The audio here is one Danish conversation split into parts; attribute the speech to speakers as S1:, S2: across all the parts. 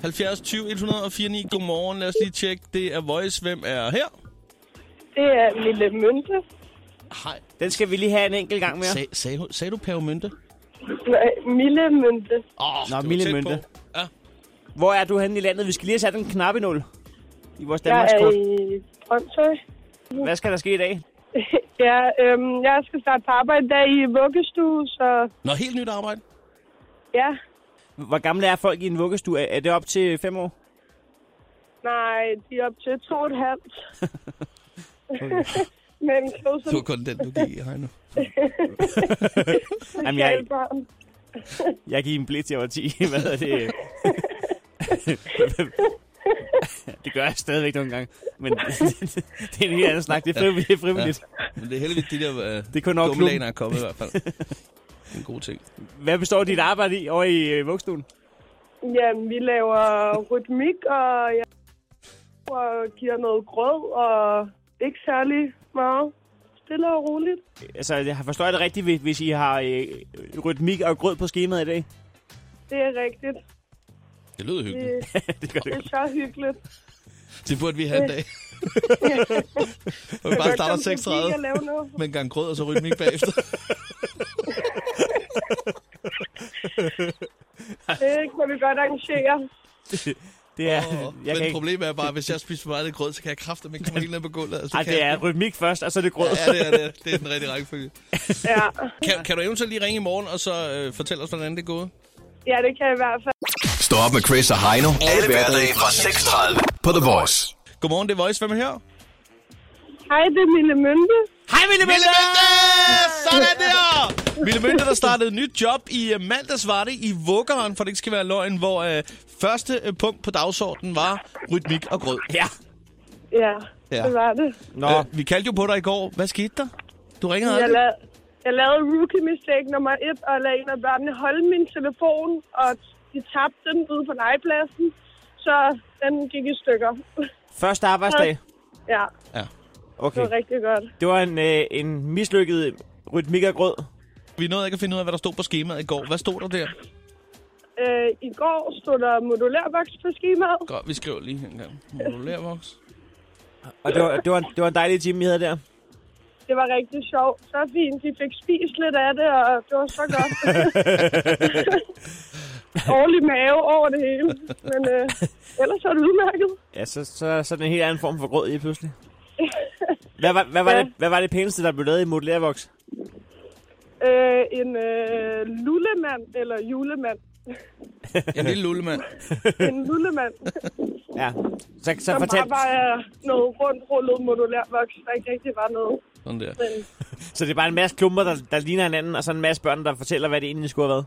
S1: 70 20 149. Godmorgen. Lad os lige tjekke. Det er Voice. Hvem er her?
S2: Det er Mille Mønte.
S1: Hej.
S3: Den skal vi lige have en enkelt gang mere.
S1: Sag, sagde, hun- sagde du Pave Mønte?
S2: Nej, Mille Mønte.
S1: Oh,
S3: Nå, Mille Mønte.
S1: Ja.
S3: Hvor er du henne i landet? Vi skal lige have sat en knap i nul. I vores
S2: Jeg er
S3: Danmarkskort.
S2: i Brøndshøj.
S3: Hvad skal der ske i dag?
S2: Ja, øhm, jeg skal starte på arbejde i dag i vuggestue, så
S1: Nå, helt nyt arbejde.
S2: ja.
S3: Hvor gamle er folk i en vuggestue? Er er det op til fem år?
S2: Nej, de er op til to og et halvt. Men close
S1: Det var kun den, du gik i Heino.
S3: Jamen, jeg,
S2: Socialbarn.
S3: jeg gik en blik til over 10. Hvad hedder det? det gør jeg stadigvæk nogle gange. Men det er en helt anden snak. Det er frivilligt. Det er, frivilligt.
S1: Men det er heldigvis de der øh,
S3: Det er kun over
S1: dumme
S3: klubben.
S1: laner er kommet i hvert fald. Det er en god ting.
S3: Hvad består dit arbejde i over i øh, vuggestuen?
S2: Jamen, vi laver rytmik, og jeg og giver noget grød, og ikke særlig meget. Stille og roligt.
S3: Altså, jeg har- forstår jeg det rigtigt, hvis- hvis I har øh, rytmik og grød på skemaet i dag?
S2: Det er rigtigt.
S1: Det lyder
S2: Det,
S1: hyggeligt.
S3: Det gør
S2: det
S3: det
S2: er så hyggeligt.
S1: Det burde vi have en dag. Og vi bare starter 36
S2: Jeg lave noget.
S1: med en gang grød og så rytmik bagefter.
S2: Det kan vi godt arrangere.
S3: Det er,
S1: Åh,
S3: jeg kan
S1: Men
S3: ikke.
S1: problemet er bare, at hvis jeg spiser for meget af det grød, så kan jeg kræfte ikke komme helt ned på gulvet. Altså,
S3: Ej,
S1: kan
S3: det
S1: jeg
S3: er rytmik først, og så er det grød.
S1: ikke. Ja, det er det. Det er den rigtige rækkefølge.
S2: Ja.
S1: Kan, kan du eventuelt lige ringe i morgen og så øh, fortælle os, hvordan det er gået?
S2: ja, det kan jeg i hvert fald.
S4: Stå op med Chris og Heino. Alle hverdage fra 6.30 på The Voice.
S1: Godmorgen, det er Voice. Hvem er her?
S2: Hej, det er Mille Mønte.
S3: Hej, Mille
S1: Mille
S3: Mille!
S1: Mønte! Sådan der! Mille Mønte, der startede et nyt job i øh, mandags, var det i Vuggeren, for det ikke skal være løgn, hvor øh, første øh, punkt på dagsordenen var rytmik og grød.
S3: Ja.
S2: Ja,
S1: Ja.
S2: ja. det var det.
S3: Nå,
S1: Øh, vi kaldte jo på dig i går. Hvad skete der? Du ringede
S2: Jeg,
S1: aldrig.
S2: la- jeg lavede rookie mistake nummer et, og lagde en af børnene holde min telefon, og de tabte den ude på legepladsen, så den gik i stykker.
S3: første arbejdsdag.
S2: ja,
S1: Ja.
S2: det
S3: Okay.
S2: var rigtig godt.
S3: Det var en, øh, en mislykket rytmik og grød.
S1: Vi nåede ikke at finde ud af, hvad der stod på skemaet i går. Hvad stod der der?
S2: Øh, I går stod der modulærboks på skemaet.
S1: Godt, vi skriver lige her engang. Modulærvoks.
S3: Og det var, det var, en, det var en dejlig time, I havde der.
S2: Det var rigtig sjovt. Så fint, de fik spist lidt af det, og det var så godt. Årlig mave over det hele, men øh, ellers var det udmærket.
S3: Ja, så, så, så er det en helt anden form for grød i pludselig. Hvad var, hvad, var
S2: Ja.
S3: det, hvad var det pæneste, der blev lavet i modellærvoks?
S2: Øh, en øh, lullemand, eller julemand.
S1: En lille lullemand.
S2: En lullemand.
S3: Ja. Så, så
S2: Som
S3: fortæl,
S2: bare var øh, noget rundt rullet modulærvoks, der ikke rigtig var noget.
S1: Sådan der.
S2: Men,
S3: så det er bare en masse klumper, der, der ligner hinanden, og så en masse børn, der fortæller, hvad det egentlig skulle have været.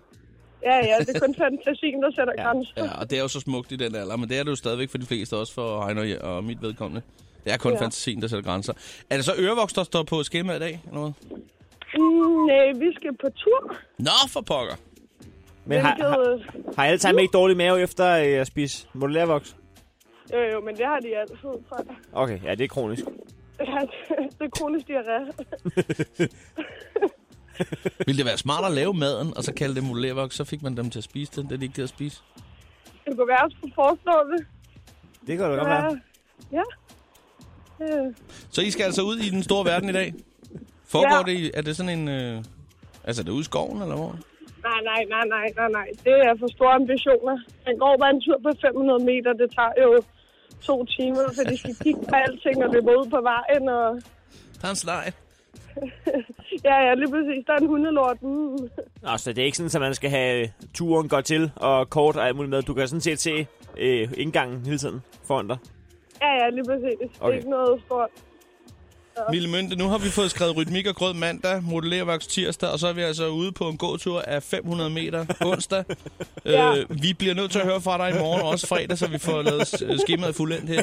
S2: ja, ja, det er kun fantasien, der sætter
S3: Ja,
S2: ja, grænser.
S1: Ja, og det er jo så smukt i den alder, men det er det jo stadigvæk for de fleste, også for Heino og jeg- og mit vedkommende. Det er kun ja.
S2: Ja.
S1: fantasien, der sætter grænser. Er det så ørevoks, der står på skemaet i dag? Eller hvad?
S2: Mm, nej, vi skal på tur.
S1: Nå, for pokker!
S3: Men har,
S2: hvilket,
S3: har,
S2: øh,
S3: har alle sammen ikke dårlig mave efter øh, at spise modellærvoks?
S2: Jo, øh, jo, men det har de altid. tror jeg.
S3: Okay, ja, det er kronisk.
S2: Ja, det er kronisk diarré.
S1: Ville det være smart at lave maden, og så kalde det modellervoks, så fik man dem til at spise den, det de ikke gider at spise?
S2: Det kunne være, at jeg skulle foreslå det.
S3: Det kan du godt
S2: Ja.
S3: være.
S2: ja. Øh,
S1: Så I skal altså ud i den store verden i dag? Foregår ja.
S2: Ja.
S1: det i, er det sådan en... Øh, altså, er det ude i skoven, eller hvor?
S2: Nej, nej, nej, nej, nej, nej. Det er for store ambitioner. Man går bare en tur på 500 meter. Det tager jo to timer, for de skal kigge på alting og løbe ud på vejen. Og...
S1: Der er en slej.
S2: Ja, ja, lige præcis. Der er en hundelort. Mm.
S3: Nå, så det er ikke sådan, at man skal have turen godt til og kort og alt muligt med. Du kan sådan set se øh, indgangen hele tiden foran dig.
S2: Ja, ja, lige præcis. Okay. Det
S3: Okay.
S2: er ikke noget stort.
S1: Mille Mønte, nu har vi fået skrevet rytmik og grød mandag, modellervoks tirsdag, og så er vi altså ude på en gåtur af 500 meter onsdag.
S2: Ja.
S1: øh, vi bliver nødt til at høre fra dig i morgen, og også fredag, så vi får lavet øh, skemaet fuldendt her.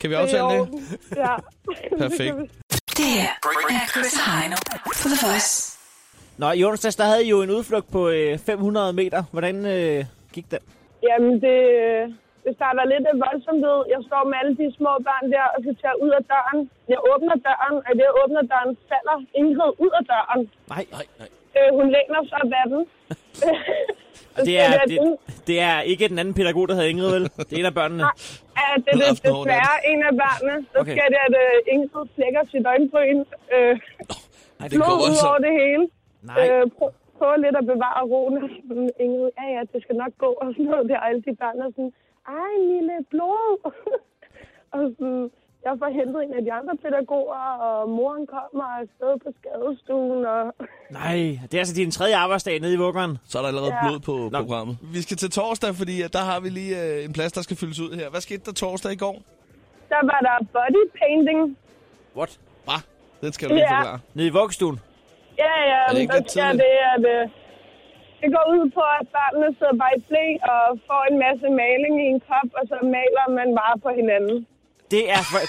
S1: Kan vi
S2: Det er
S1: aftale
S2: i
S1: det?
S2: orden. Ja.
S1: Perfekt.
S5: Det her er Chris og Heino på The Voice.
S3: Nå, i onsdags, der havde I jo en udflugt på øh, 500 meter. Hvordan øh, gik det?
S2: Jamen, det, øh, det starter lidt af voldsomhed. Jeg står med alle de små børn der, og så tager jeg ud af døren. Jeg åbner døren, og det jeg åbner døren, falder Ingrid ud af døren.
S3: Nej,
S1: Nej, nej.
S2: Øh, hun læner sig op ad den.
S3: Det er, det, det er ikke den anden pædagog, der hedder Ingrid, vel? Det er en af børnene.
S2: Ja, det er
S1: Hun
S2: det,
S1: har haft en hård
S2: desværre en af børnene. Så
S3: Okay.
S2: okay. skal det, at øh, Ingrid flækker sit øjenbryn. Øh,
S1: Ej, det
S2: blod
S1: går
S2: ud
S1: altså.
S2: over det hele.
S3: Nej.
S2: Øh, prøv, prøv lidt at bevare roen. Og sådan, Ingrid, ja, ja, det skal nok gå. Og sådan noget der. Og alle de børn er sådan, ej, lille blod. og sådan, jeg får hentet en af de andre pædagoger, og moren kommer og stod på skadestuen. Og
S3: Nej, det er altså din tredje arbejdsdag nede i vuggeren.
S1: Så er der allerede
S2: Ja.
S1: blod på
S3: Nå.
S1: programmet. Vi skal til torsdag, fordi at der har vi lige øh, en plads, der skal fyldes ud her. Hvad skete der torsdag i går?
S2: der var der body painting.
S3: What?
S1: Hvad? Den skal du lige
S2: Ja.
S1: forklare.
S3: Nede i vuggestuen?
S2: Ja, ja,
S1: Er det ikke
S2: der
S1: lidt
S2: sker
S1: tidligt?
S2: det, at øh, det går ud på, at børnene sidder bare i blæ og får en masse maling i en kop, og så maler man bare på hinanden.
S3: Det er... For...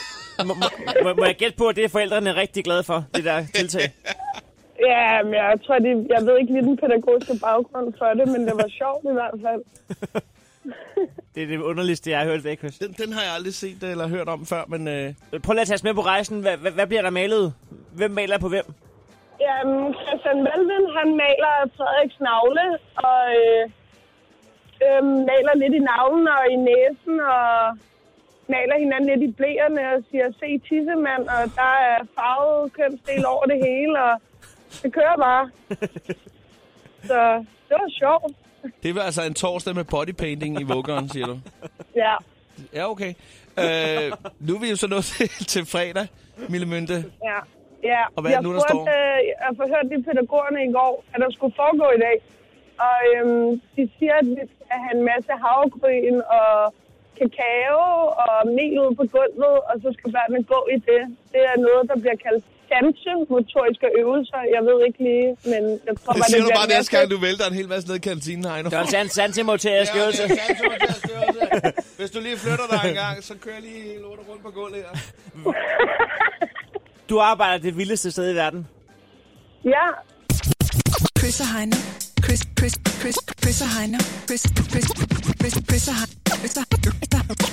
S3: Må, må, må, må jeg gætte på, at det er forældrene rigtig glade for, det der tiltag?
S2: Ja, men jeg tror, det, jeg ved ikke lige den pædagogiske baggrund for det, men det var sjovt i hvert fald.
S3: Det er det underligste, jeg har hørt i dag, Chris.
S1: Den, den har jeg aldrig set øh, eller hørt om før, men øh,
S3: Prøv lige at tage os med på rejsen. Hvad, hvad, hvad bliver der malet? Hvem maler på hvem?
S2: Jamen, Christian Melvin, han maler Frederiks navle, og øh, øh, maler lidt i navlen og i næsen, og maler hinanden lidt i blæerne og siger, se tissemand, og der er farvet kønsdel over det hele, og det kører bare. Så det var sjovt.
S1: det var altså en torsdag med bodypainting i vuggeren, siger du.
S2: Ja.
S1: Ja, okay. Øh, nu er vi jo så nået til, til fredag, Mille Mynte.
S2: Ja. ja.
S1: Og hvad er
S2: jeg
S1: det nu, der
S2: spurgte, øh, jeg forhørte de pædagogerne i går, at der skulle foregå i dag. Og øhm, de siger, at vi skal have en masse havregryn og kakao og mel ud på gulvet, og så skal børnene gå i det. Det er noget, der bliver kaldt dansemotoriske øvelser. Jeg ved ikke lige, men jeg tror
S1: Det
S2: bare,
S1: siger du
S2: bliver
S1: bare
S2: en
S1: næste
S2: masse-
S1: gang, du vælter en hel masse ned i kantinen, Heino.
S3: Der er en sand, sand til motorisk øvelse.
S1: Hvis du lige flytter dig en gang, så kører lige lortet rundt på gulvet her.
S3: Du arbejder det vildeste sted i verden.
S2: Ja,
S5: Chris og Heino. Chris, Chris, Chris, Chris og Heino. Chris, Chris, Chris, Chris og Heino. Chris, og-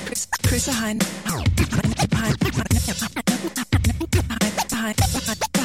S5: Chris, Chris og Heino. Heino, Heino, Heino, Heino, Heino, Heino,